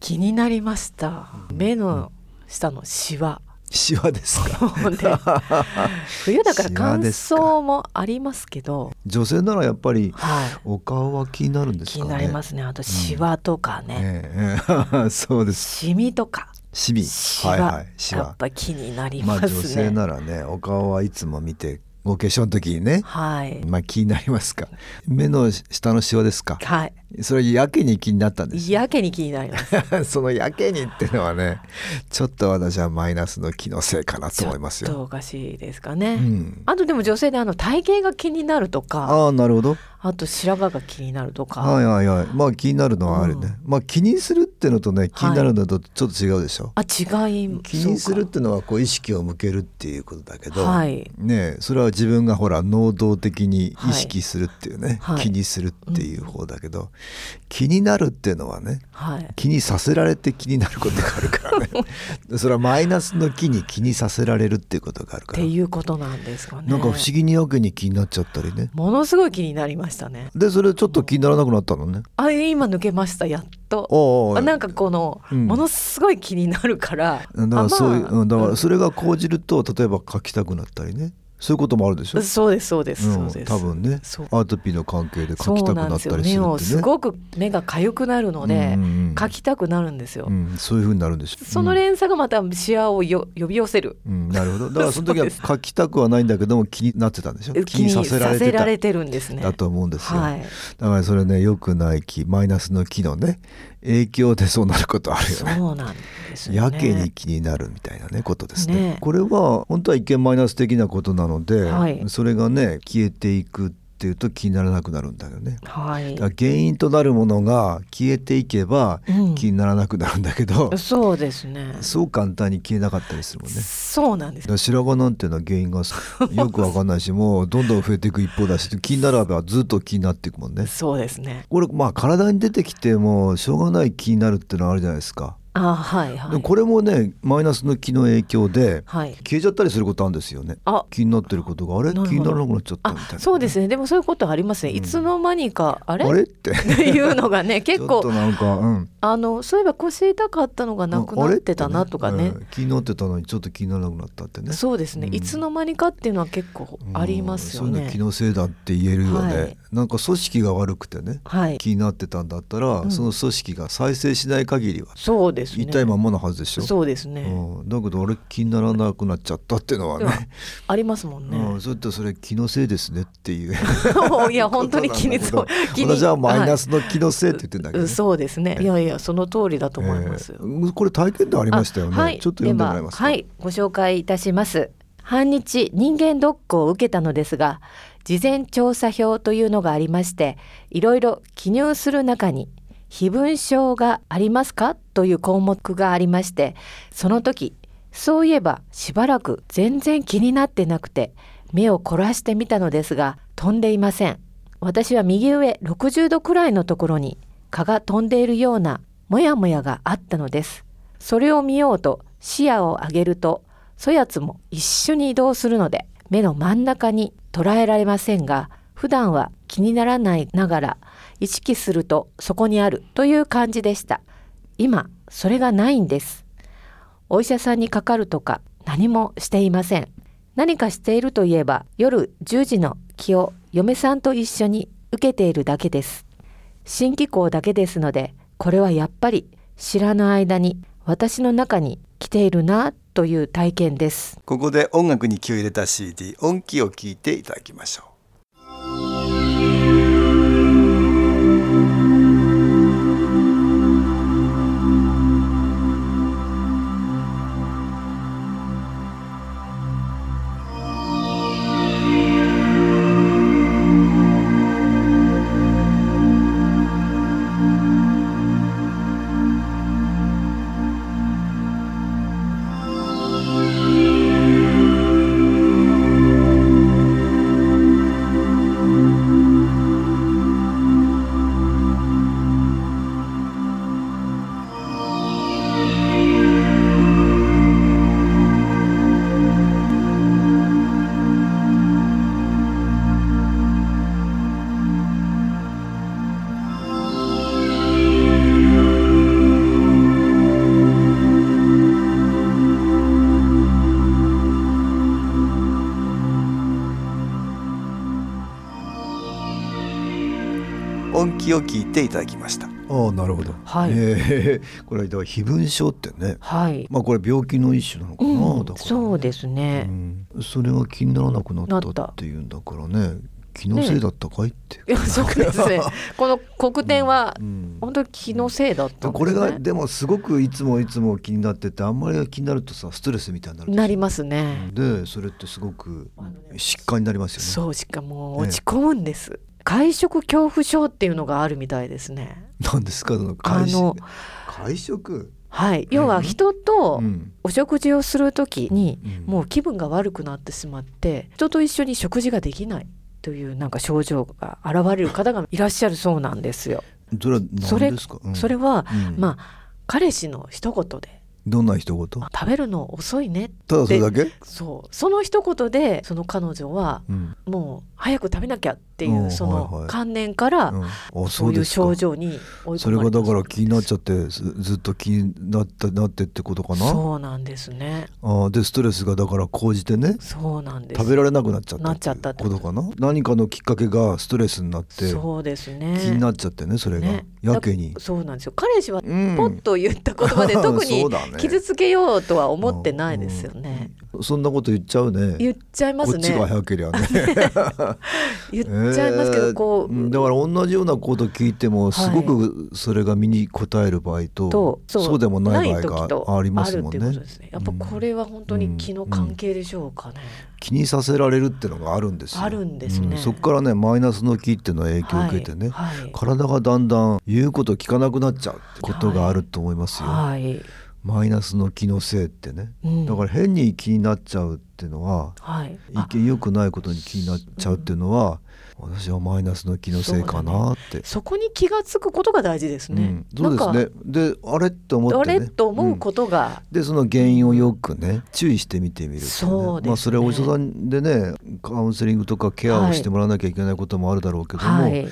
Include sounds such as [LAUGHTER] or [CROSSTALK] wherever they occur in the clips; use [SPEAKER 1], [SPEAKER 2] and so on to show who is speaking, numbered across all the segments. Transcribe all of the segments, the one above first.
[SPEAKER 1] 気になりました。目の下のシワ。
[SPEAKER 2] シワですか [LAUGHS]
[SPEAKER 1] で冬だから
[SPEAKER 2] シワ
[SPEAKER 1] 乾
[SPEAKER 2] ですか
[SPEAKER 1] 燥もありますけど、
[SPEAKER 2] 女性ならやっぱり
[SPEAKER 1] は
[SPEAKER 2] お顔は気になるん
[SPEAKER 1] い、
[SPEAKER 2] です
[SPEAKER 1] 気
[SPEAKER 2] かね
[SPEAKER 1] になりますね。あとシワとかね、
[SPEAKER 2] ええ [LAUGHS] そうです
[SPEAKER 1] シミとか、
[SPEAKER 2] シミ
[SPEAKER 1] シワ、
[SPEAKER 2] はいはいシ
[SPEAKER 1] や
[SPEAKER 2] ワ
[SPEAKER 1] っぱ気になり
[SPEAKER 2] ま
[SPEAKER 1] ま
[SPEAKER 2] あ
[SPEAKER 1] すね。
[SPEAKER 2] 女性ならねお顔はいつも見てお化粧の時にね
[SPEAKER 1] はい、
[SPEAKER 2] まあ気になりますか目の下のシワですか
[SPEAKER 1] はい、
[SPEAKER 2] それやけに気になったんです
[SPEAKER 1] やけに気になり
[SPEAKER 2] [LAUGHS]
[SPEAKER 1] ます。
[SPEAKER 2] そのやけにってのはねちょっと私はマイナスの気のせいかなと思います
[SPEAKER 1] ちょっ
[SPEAKER 2] よ。
[SPEAKER 1] とおかしいですかね。
[SPEAKER 2] うん、
[SPEAKER 1] あとでも女性であの体型が気になるとか、
[SPEAKER 2] ああなるほど
[SPEAKER 1] あと白髪が気になるとか、
[SPEAKER 2] はいはいはいまあ気になるのはあるね、まあ気にするってのとね気になるのとちょっと違うでしょ、
[SPEAKER 1] あ違い
[SPEAKER 2] 気にするっ
[SPEAKER 1] そう
[SPEAKER 2] てのはこう意識を向けるっていうことだけど、
[SPEAKER 1] はい
[SPEAKER 2] ねえそれは自分がほら能動的に意識するっていうね、
[SPEAKER 1] はいはい
[SPEAKER 2] 気にするっていう方だけど、気になるってのはね
[SPEAKER 1] かはい。
[SPEAKER 2] 気にさせられて気になることがあるから
[SPEAKER 1] [LAUGHS]
[SPEAKER 2] ねそれはマイナスの気に気にさせられるっていうことがある
[SPEAKER 1] っ
[SPEAKER 2] から
[SPEAKER 1] ていうことなんですかね。
[SPEAKER 2] なんか不思議にやけに気になっちゃったりね
[SPEAKER 1] ものすごい気になりましたね。
[SPEAKER 2] でそれちょっと気にならなくなったのね
[SPEAKER 1] あ今抜けましたやっと。
[SPEAKER 2] おうおう
[SPEAKER 1] あなんかこの、
[SPEAKER 2] うん
[SPEAKER 1] ものすごい気になるから。
[SPEAKER 2] だからそういう、
[SPEAKER 1] あ
[SPEAKER 2] うんだから
[SPEAKER 1] そ
[SPEAKER 2] それが講じると例えば書きたくなったりねそういうこともあるでしょ、
[SPEAKER 1] うそうですそうです、
[SPEAKER 2] う
[SPEAKER 1] そ
[SPEAKER 2] ん、
[SPEAKER 1] うです。
[SPEAKER 2] 多分ね
[SPEAKER 1] そう
[SPEAKER 2] アートピーの関係で書
[SPEAKER 1] そ
[SPEAKER 2] きた
[SPEAKER 1] う
[SPEAKER 2] く
[SPEAKER 1] なん
[SPEAKER 2] な
[SPEAKER 1] で
[SPEAKER 2] っ
[SPEAKER 1] す
[SPEAKER 2] た
[SPEAKER 1] よ。
[SPEAKER 2] りす
[SPEAKER 1] 目
[SPEAKER 2] る
[SPEAKER 1] を
[SPEAKER 2] って
[SPEAKER 1] す
[SPEAKER 2] ね
[SPEAKER 1] ごく目が痒くなるので、
[SPEAKER 2] うんうんうん
[SPEAKER 1] 書きたくなるんですよ。
[SPEAKER 2] うん、そういうふうになるんでしょう
[SPEAKER 1] その連鎖がまたシワをよ呼び寄せる。
[SPEAKER 2] うん、うんなるほどだからその時
[SPEAKER 1] そう
[SPEAKER 2] は
[SPEAKER 1] です
[SPEAKER 2] 書きたくはないんだけども気になってたんでしょ気にさせられ
[SPEAKER 1] 気
[SPEAKER 2] て
[SPEAKER 1] にさ
[SPEAKER 2] た
[SPEAKER 1] てるんですね。
[SPEAKER 2] だと思うんですよ、
[SPEAKER 1] はい。
[SPEAKER 2] だからそれね良くない気マイナスの気のね影響でそうなることあるよね
[SPEAKER 1] そうなんですよ
[SPEAKER 2] や
[SPEAKER 1] ね。
[SPEAKER 2] けに気になるみたいなねことですね
[SPEAKER 1] ねえ
[SPEAKER 2] これは本当は一見マイナス的なことなので、
[SPEAKER 1] はい
[SPEAKER 2] それがね消えていくっていうと気にならなくなるんだよね。
[SPEAKER 1] はい
[SPEAKER 2] だか。ら原因となるものが消えていけば
[SPEAKER 1] うん
[SPEAKER 2] 気にならなくなるんだけど、
[SPEAKER 1] そうですね。
[SPEAKER 2] そう簡単に消えなかったりするもんね。だ
[SPEAKER 1] そうなんです
[SPEAKER 2] か。ら白髪なんていうのは原因がよくわかんないしもうどんどん増えていく一方だし気になればずっと気になっていくもんね。
[SPEAKER 1] そうですね。
[SPEAKER 2] これまあ体に出てきてもしょうがない気になるってのはあるじゃないですか。
[SPEAKER 1] あはいは
[SPEAKER 2] で
[SPEAKER 1] い。
[SPEAKER 2] これもねマイナスの気の影響で
[SPEAKER 1] はい。
[SPEAKER 2] 消えちゃったりすることあるんですよね
[SPEAKER 1] あ
[SPEAKER 2] 気になってることがあれ
[SPEAKER 1] なるほど
[SPEAKER 2] 気にならなくなっちゃったみたいな、
[SPEAKER 1] あそうですね。でもそういうことありますね。いつの間にか、あれ
[SPEAKER 2] あれって
[SPEAKER 1] っていうの
[SPEAKER 2] [LAUGHS]
[SPEAKER 1] がね、 [LAUGHS] 結
[SPEAKER 2] ちょっと
[SPEAKER 1] 構
[SPEAKER 2] なんか、うん、
[SPEAKER 1] あのそういえば腰痛かったのがなくなってたなとか
[SPEAKER 2] あれ
[SPEAKER 1] ね
[SPEAKER 2] っ。てうん気になってたのにちょっと気にならなくなったってね
[SPEAKER 1] そうですね、
[SPEAKER 2] うん
[SPEAKER 1] いつの間にかっていうのは結構ありますよ
[SPEAKER 2] うんそういうの
[SPEAKER 1] ね
[SPEAKER 2] 気。のせいだって言えるよね、
[SPEAKER 1] はい
[SPEAKER 2] なんか組織が悪くてね
[SPEAKER 1] はい。
[SPEAKER 2] 気になってたんだったら、
[SPEAKER 1] ん
[SPEAKER 2] その組織が再生しない限りは
[SPEAKER 1] そうですね。
[SPEAKER 2] 痛いまんまのはずでしょ
[SPEAKER 1] そうですね。
[SPEAKER 2] うん、だけど俺気にならなくなっちゃったっていうのはね、
[SPEAKER 1] ありますもんね。
[SPEAKER 2] うん、それとそれ気のせいですねっていう
[SPEAKER 1] いや本当に気に
[SPEAKER 2] そ
[SPEAKER 1] そうう。
[SPEAKER 2] 気
[SPEAKER 1] [LAUGHS] 気
[SPEAKER 2] に
[SPEAKER 1] に
[SPEAKER 2] 私はマイナ
[SPEAKER 1] は
[SPEAKER 2] スの気のせいって言ってんだ
[SPEAKER 1] い
[SPEAKER 2] けど、ね
[SPEAKER 1] うんそうですね。いやいやその通りだと思います。
[SPEAKER 2] えーこれ体験談ありましたよね、
[SPEAKER 1] あはい、
[SPEAKER 2] ちょっと読んでもらえますか
[SPEAKER 1] でははい、ご紹介いたします。反日人間ドックを受けたのですが、事前調査票というのがありまして、いろいろ記入する中に、非文章がありますかという項目がありまして、その時、そういえばしばらく全然気になってなくて、目を凝らしてみたのですが、飛んでいません。私は右上60度くらいのところに蚊が飛んでいるようなモヤモヤがあったのです。それを見ようと視野を上げるとそやつも一緒に移動するので目の真ん中に捉えられませんが普段は気にならないながら意識するとそこにあるという感じでした。今それがないんです。お医者さんにかかるとか何もしていません。何かしているといえば夜10時の気を嫁さんと一緒に受けているだけです。新機構だけですのでこれはやっぱり知らぬ間に私の中に来ているなという体験です
[SPEAKER 3] ここで音楽に気を入れた CD 音気を聞いていただきましょう音気を聞いていただきました
[SPEAKER 2] ああなるほど、
[SPEAKER 1] はい
[SPEAKER 2] えー [LAUGHS] これは非分症ってね
[SPEAKER 1] はい、
[SPEAKER 2] まあこれ病気の一種なのかな、
[SPEAKER 1] うん
[SPEAKER 2] だから
[SPEAKER 1] そうですね、
[SPEAKER 2] うんそれが気にならなくなっ
[SPEAKER 1] なったた
[SPEAKER 2] っていうんだからね気のせいだったかいって、
[SPEAKER 1] いやそうですねこの黒点は
[SPEAKER 2] うん
[SPEAKER 1] 本当に気のせいだったんですね
[SPEAKER 2] これがでもすごくいつもいつも気になっててあんまり気になるとさストレスみたいになるでしょ
[SPEAKER 1] なりますね、
[SPEAKER 2] でそれってすごく疾患になりますよね
[SPEAKER 1] そうしかも
[SPEAKER 2] ね
[SPEAKER 1] 落ち込むんです、会食恐怖症っていうのがあるみたいですね
[SPEAKER 2] なんですかその
[SPEAKER 1] あ
[SPEAKER 2] 会
[SPEAKER 1] の
[SPEAKER 2] 食会食
[SPEAKER 1] はい要は人と
[SPEAKER 2] ん、
[SPEAKER 1] お食事をする時に
[SPEAKER 2] うん
[SPEAKER 1] もう気分が悪くなってしまって人と一緒に食事ができないというなんか症状が現れる方がいらっしゃるそうなんですよ。
[SPEAKER 2] それは何ですかうん
[SPEAKER 1] それは、
[SPEAKER 2] うん
[SPEAKER 1] まあ彼氏の一言で
[SPEAKER 2] どんな一言
[SPEAKER 1] 「食べるの遅いね
[SPEAKER 2] ただそれだけ、」
[SPEAKER 1] そうその一言でその彼女は
[SPEAKER 2] うん
[SPEAKER 1] もう早く食べなきゃってい
[SPEAKER 2] おー
[SPEAKER 1] うそ
[SPEAKER 2] はいは
[SPEAKER 1] の
[SPEAKER 2] い
[SPEAKER 1] 観念から
[SPEAKER 2] うんあ
[SPEAKER 1] そういう
[SPEAKER 2] ですか
[SPEAKER 1] 症状に追い
[SPEAKER 2] そ
[SPEAKER 1] 込
[SPEAKER 2] れ
[SPEAKER 1] ま
[SPEAKER 2] が
[SPEAKER 1] れ
[SPEAKER 2] だ
[SPEAKER 1] た
[SPEAKER 2] から気になっち
[SPEAKER 1] ゃ
[SPEAKER 2] ゃってずずっと気になったなってってことかな
[SPEAKER 1] そうなんですね
[SPEAKER 2] あーでストレスがだから高じてね
[SPEAKER 1] そうなんです
[SPEAKER 2] 食べられなくなっちゃった
[SPEAKER 1] なっちゃったって
[SPEAKER 2] てことかな何かのきっかけがストレスになって
[SPEAKER 1] そうですね
[SPEAKER 2] 気になっちゃってねそれが、
[SPEAKER 1] ね
[SPEAKER 2] やけに。
[SPEAKER 1] そうなんですよ彼氏は
[SPEAKER 2] うん
[SPEAKER 1] ポッと言った
[SPEAKER 2] [LAUGHS]
[SPEAKER 1] 言葉で特に
[SPEAKER 2] そうだね
[SPEAKER 1] 傷つけようとは思ってないですよね。
[SPEAKER 2] うんそんなこと言っちゃうね。
[SPEAKER 1] 言っちゃいます
[SPEAKER 2] こっちが
[SPEAKER 1] ね。
[SPEAKER 2] 早けりゃね。
[SPEAKER 1] [LAUGHS] 言っちゃいますけど、こ
[SPEAKER 2] えーん
[SPEAKER 1] う
[SPEAKER 2] だから同じようなこと聞いてもすごくそれが身に応える場合と
[SPEAKER 1] と、
[SPEAKER 2] そうでもない場合
[SPEAKER 1] 時と
[SPEAKER 2] がありますもん
[SPEAKER 1] ある
[SPEAKER 2] ね
[SPEAKER 1] っていうことですね。やっぱこれは本当に気の関係でしょうかね。
[SPEAKER 2] 気にさせられるってのがあるんですよ
[SPEAKER 1] あるんですね
[SPEAKER 2] そこからねマイナスの気っていうのは影響を
[SPEAKER 1] はい
[SPEAKER 2] 受けてね、
[SPEAKER 1] はい
[SPEAKER 2] 体がだんだん言うこと聞かなくなっちゃうってことがあると思いますよ、
[SPEAKER 1] はい。
[SPEAKER 2] マイナスの気のせいってね、
[SPEAKER 1] うん
[SPEAKER 2] だから変に気になっちゃうっていうのは
[SPEAKER 1] はい。
[SPEAKER 2] 一見良くないことに気になっちゃうっていうのは、私はマイナスの気のせいかなって、
[SPEAKER 1] そこに気がつくことが大事ですね。
[SPEAKER 2] うん、そうです
[SPEAKER 1] なん
[SPEAKER 2] ね
[SPEAKER 1] か。
[SPEAKER 2] であれって思って
[SPEAKER 1] あ
[SPEAKER 2] ね
[SPEAKER 1] れと思う
[SPEAKER 2] と、
[SPEAKER 1] ことが、
[SPEAKER 2] うんでその原因をよくね注意して見てみるってい
[SPEAKER 1] そうですね
[SPEAKER 2] まあ、それはお医者さんでねカウンセリングとかケアをしてもらわなきゃいけないこともあるだろうけども、
[SPEAKER 1] はい。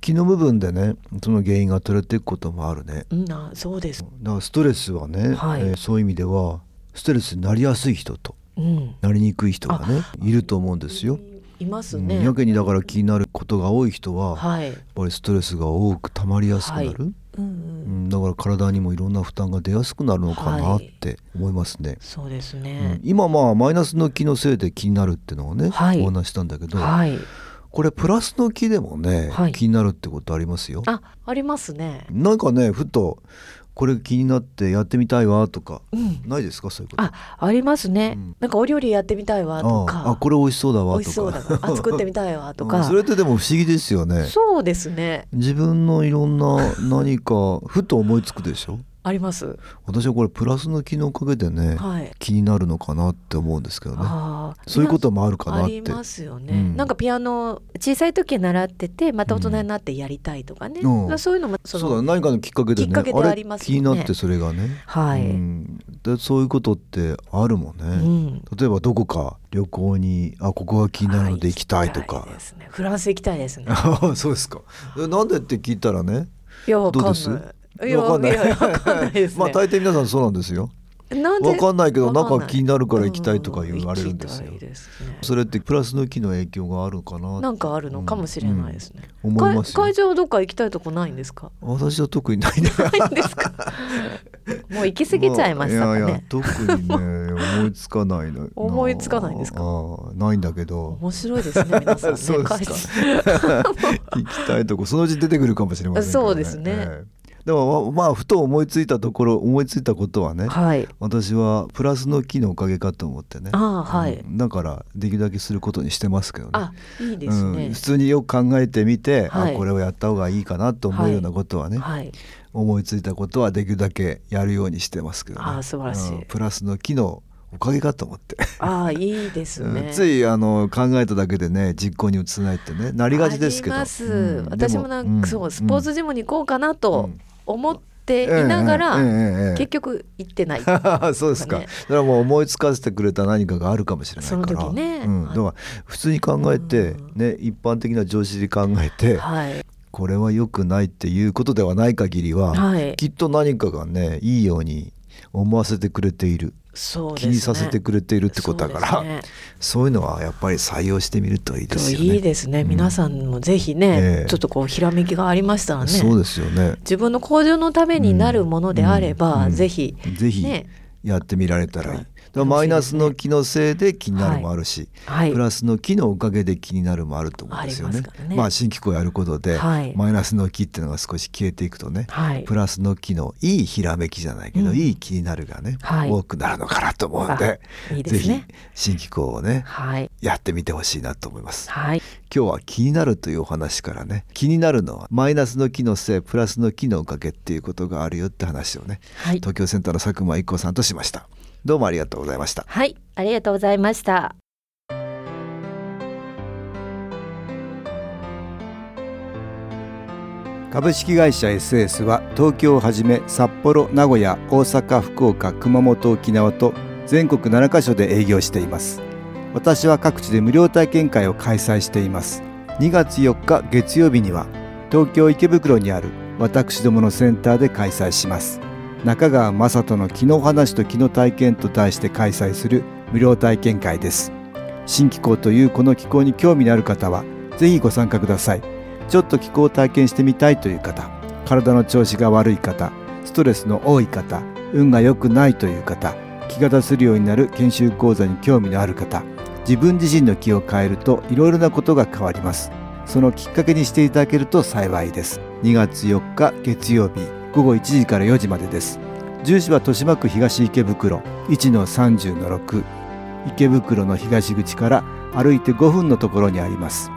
[SPEAKER 2] 気の部分でねその原因が取れていくこともあるね
[SPEAKER 1] うん、あそうです。
[SPEAKER 2] だからストレスはね、
[SPEAKER 1] はい
[SPEAKER 2] えーそういう意味ではストレスになりやすい人と
[SPEAKER 1] うん。
[SPEAKER 2] なりにくい人がねいると思うんですよ。
[SPEAKER 1] います
[SPEAKER 2] うん
[SPEAKER 1] ね
[SPEAKER 2] や。けにだから気になることが多い人は、やっ
[SPEAKER 1] はい。
[SPEAKER 2] ぱりストレスが多く溜まりやすくなる、
[SPEAKER 1] はいうんうん
[SPEAKER 2] う。ん、だから体にもいろんな負担が出やすくなるのかなっ
[SPEAKER 1] はい
[SPEAKER 2] て思いますね。
[SPEAKER 1] そうです
[SPEAKER 2] うん
[SPEAKER 1] ね。
[SPEAKER 2] 今まあマイナスの気のせいで気になるっていうのをね、
[SPEAKER 1] はい
[SPEAKER 2] お話ししたんだけど、
[SPEAKER 1] はい。
[SPEAKER 2] これプラスの気でもね、
[SPEAKER 1] はい
[SPEAKER 2] 気になるってことありますよ。
[SPEAKER 1] あ、ありますね。
[SPEAKER 2] なんかねふとこれ気になってやってみたいわとか、
[SPEAKER 1] うん。
[SPEAKER 2] ないですかそういうこと。
[SPEAKER 1] あ、ありますね。
[SPEAKER 2] うん
[SPEAKER 1] なんかお料理やってみたいわと
[SPEAKER 2] あ
[SPEAKER 1] か。
[SPEAKER 2] あこれ美味しそうだわ
[SPEAKER 1] 美
[SPEAKER 2] とか
[SPEAKER 1] 味しそ
[SPEAKER 2] [LAUGHS]
[SPEAKER 1] うだな。あ、作ってみたいわとか。
[SPEAKER 2] うんそれってでも不思議ですよね。
[SPEAKER 1] そうですね。
[SPEAKER 2] 自分のいろんな何かふと思いつくでしょ
[SPEAKER 1] あります。
[SPEAKER 2] 私はこれプラスの気のおかげでね、
[SPEAKER 1] はい。
[SPEAKER 2] 気になるのかなって思うんですけどね。
[SPEAKER 1] ああ。
[SPEAKER 2] そういうこともあるかな
[SPEAKER 1] あ
[SPEAKER 2] っ
[SPEAKER 1] り
[SPEAKER 2] て。
[SPEAKER 1] ますよね、
[SPEAKER 2] うん
[SPEAKER 1] なんかピアノ小さい時習っててまた大人になってやりたいとかね、
[SPEAKER 2] うん
[SPEAKER 1] まあそういうのも
[SPEAKER 2] そ
[SPEAKER 1] その
[SPEAKER 2] うだ何かのきっかけでね
[SPEAKER 1] きっかけであり
[SPEAKER 2] あ
[SPEAKER 1] ま
[SPEAKER 2] れ
[SPEAKER 1] す
[SPEAKER 2] 気
[SPEAKER 1] よ
[SPEAKER 2] に
[SPEAKER 1] ね
[SPEAKER 2] なってそれがね、
[SPEAKER 1] はい、う
[SPEAKER 2] うんん、でそういうことってあるもんね、例えばどこか旅行にあここが気になるので行きたいと
[SPEAKER 1] は
[SPEAKER 2] か
[SPEAKER 1] 行きたいで、すねフランス行きたいですね
[SPEAKER 2] あ [LAUGHS] そうですかでなんでって聞いたらね
[SPEAKER 1] いやわか
[SPEAKER 2] どう
[SPEAKER 1] んない
[SPEAKER 2] です
[SPEAKER 1] いや
[SPEAKER 2] わかんない
[SPEAKER 1] やわかんないですね、
[SPEAKER 2] [LAUGHS] まあ大抵皆さんそうなんですよ
[SPEAKER 1] なんで
[SPEAKER 2] わかんないけどなん
[SPEAKER 1] わ
[SPEAKER 2] か
[SPEAKER 1] い
[SPEAKER 2] 気になるから行きたいとか言われるんですよ
[SPEAKER 1] う行きたいですね
[SPEAKER 2] それってプラスの気の影響があるかな
[SPEAKER 1] なんかあるのかもしれないですね。
[SPEAKER 2] うん思いますよ
[SPEAKER 1] 会会場どっか行きたいとこないんですか。
[SPEAKER 2] 私は特にないね
[SPEAKER 1] ないんですか。もう行き過ぎちゃいましたかね、
[SPEAKER 2] あいやいや特にね思いつかないの
[SPEAKER 1] 思いつかないんですか
[SPEAKER 2] あーないんだけ
[SPEAKER 1] [LAUGHS]
[SPEAKER 2] ど
[SPEAKER 1] 面白いですね皆さんね
[SPEAKER 2] [LAUGHS] そうですか
[SPEAKER 1] 解説
[SPEAKER 2] 行きたいとこそのうち出てくるかもしれませんけど、ね、
[SPEAKER 1] そうですね
[SPEAKER 2] ええでもままあふと思いついたところ思いついたことはね
[SPEAKER 1] はい
[SPEAKER 2] 私はプラスの木のおかげかと思ってね
[SPEAKER 1] ああはい、
[SPEAKER 2] うんだからできるだけすることにしてますけどね
[SPEAKER 1] あいいですね、
[SPEAKER 2] うん普通によく考えてみて、
[SPEAKER 1] はい
[SPEAKER 2] あこれをやった方がいいかなと思うようなことはね、
[SPEAKER 1] はい
[SPEAKER 2] 思いついたことはできるだけやるようにしてますけどね
[SPEAKER 1] あー素晴らしい
[SPEAKER 2] うんプラスの木のおかげかと思って、
[SPEAKER 1] ああいいですね、
[SPEAKER 2] うんついあの考えただけでね実行に移せないってねなりがちですけど
[SPEAKER 1] あります、
[SPEAKER 2] うん
[SPEAKER 1] 私もなんか、
[SPEAKER 2] で
[SPEAKER 1] そうスポーツジムに行こうかなと
[SPEAKER 2] うん
[SPEAKER 1] 思っていながら、
[SPEAKER 2] ええええええ
[SPEAKER 1] 結局行ってない
[SPEAKER 2] [LAUGHS] そうですか。
[SPEAKER 1] ね
[SPEAKER 2] それはもう思いつかせてくれた何かがあるかもしれないから。
[SPEAKER 1] その時ね
[SPEAKER 2] うん。だから普通に考えて
[SPEAKER 1] うん
[SPEAKER 2] ね一般的な常識で考えて
[SPEAKER 1] はい
[SPEAKER 2] これは良くないっていうことではない限りは、
[SPEAKER 1] はい
[SPEAKER 2] きっと何かがねいいように思わせてくれている、
[SPEAKER 1] そうです
[SPEAKER 2] 気
[SPEAKER 1] ね
[SPEAKER 2] にさせてくれているってことだから、
[SPEAKER 1] そうですね
[SPEAKER 2] そういうのはやっぱり採用してみるといい [LAUGHS] ですよね。
[SPEAKER 1] いいですね、
[SPEAKER 2] うん
[SPEAKER 1] 皆さんもぜひね、
[SPEAKER 2] ええ
[SPEAKER 1] ちょっとこうひらめきがありましたらね
[SPEAKER 2] そうですよね。
[SPEAKER 1] 自分の向上のためになるものであれば、
[SPEAKER 2] うんうん
[SPEAKER 1] ぜひ、
[SPEAKER 2] ぜひ
[SPEAKER 1] ね
[SPEAKER 2] やってみられたらいい。
[SPEAKER 1] はい
[SPEAKER 2] だからマイナスの気のせいで気になるもあるし、
[SPEAKER 1] はい
[SPEAKER 2] プラスの木のおかげで気になるもあると思うんですよね。
[SPEAKER 1] ありますからね
[SPEAKER 2] まあ新機構やることで、
[SPEAKER 1] はい
[SPEAKER 2] マイナスの木っていうのが少し消えていくとね、
[SPEAKER 1] はい
[SPEAKER 2] プラスの木のいいひらめきじゃないけど、
[SPEAKER 1] うん
[SPEAKER 2] いい気になるがね、
[SPEAKER 1] はい
[SPEAKER 2] 多くなるのかなと思うんで、
[SPEAKER 1] あいいで
[SPEAKER 2] ぜ
[SPEAKER 1] す
[SPEAKER 2] ひ
[SPEAKER 1] ね
[SPEAKER 2] 新機構をね、
[SPEAKER 1] はい
[SPEAKER 2] やってみてほしいなと思います。
[SPEAKER 1] はい
[SPEAKER 2] 今日は気になるというお話からね、気になるのはマイナスの木のせい、プラスの木のおかげっていうことがあるよって話をね、
[SPEAKER 1] はい、
[SPEAKER 2] 東京センターの佐久間一行さんとしました。どうもありがとうございました。
[SPEAKER 1] はい、ありがとうございました
[SPEAKER 3] 株式会社 SS は東京をはじめ札幌名古屋大阪福岡熊本沖縄と全国7カ所で営業しています私は各地で無料体験会を開催しています2月4日月曜日には東京池袋にある私どものセンターで開催します中川雅人の気の話と気の体験と題して開催する無料体験会です新機構というこの機構に興味のある方はぜひご参加くださいちょっと気候を体験してみたいという方体の調子が悪い方ストレスの多い方運が良くないという方気が出せるようになる研修講座に興味のある方自分自身の気を変えるといろいろなことが変わりますそのきっかけにしていただけると幸いです2月4日月曜日午後1時から4時までです住所は豊島区東池袋1-30-6池袋の東口から歩いて5分のところにあります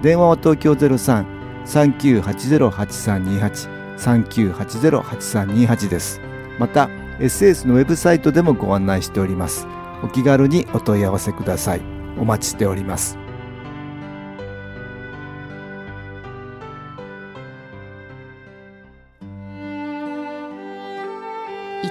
[SPEAKER 3] 電話は東京ゼロ三三九八ゼロ八三二八三九八ゼロ八三二八です。また SS のウェブサイトでもご案内しております。お気軽にお問い合わせください。お待ちしております。
[SPEAKER 4] い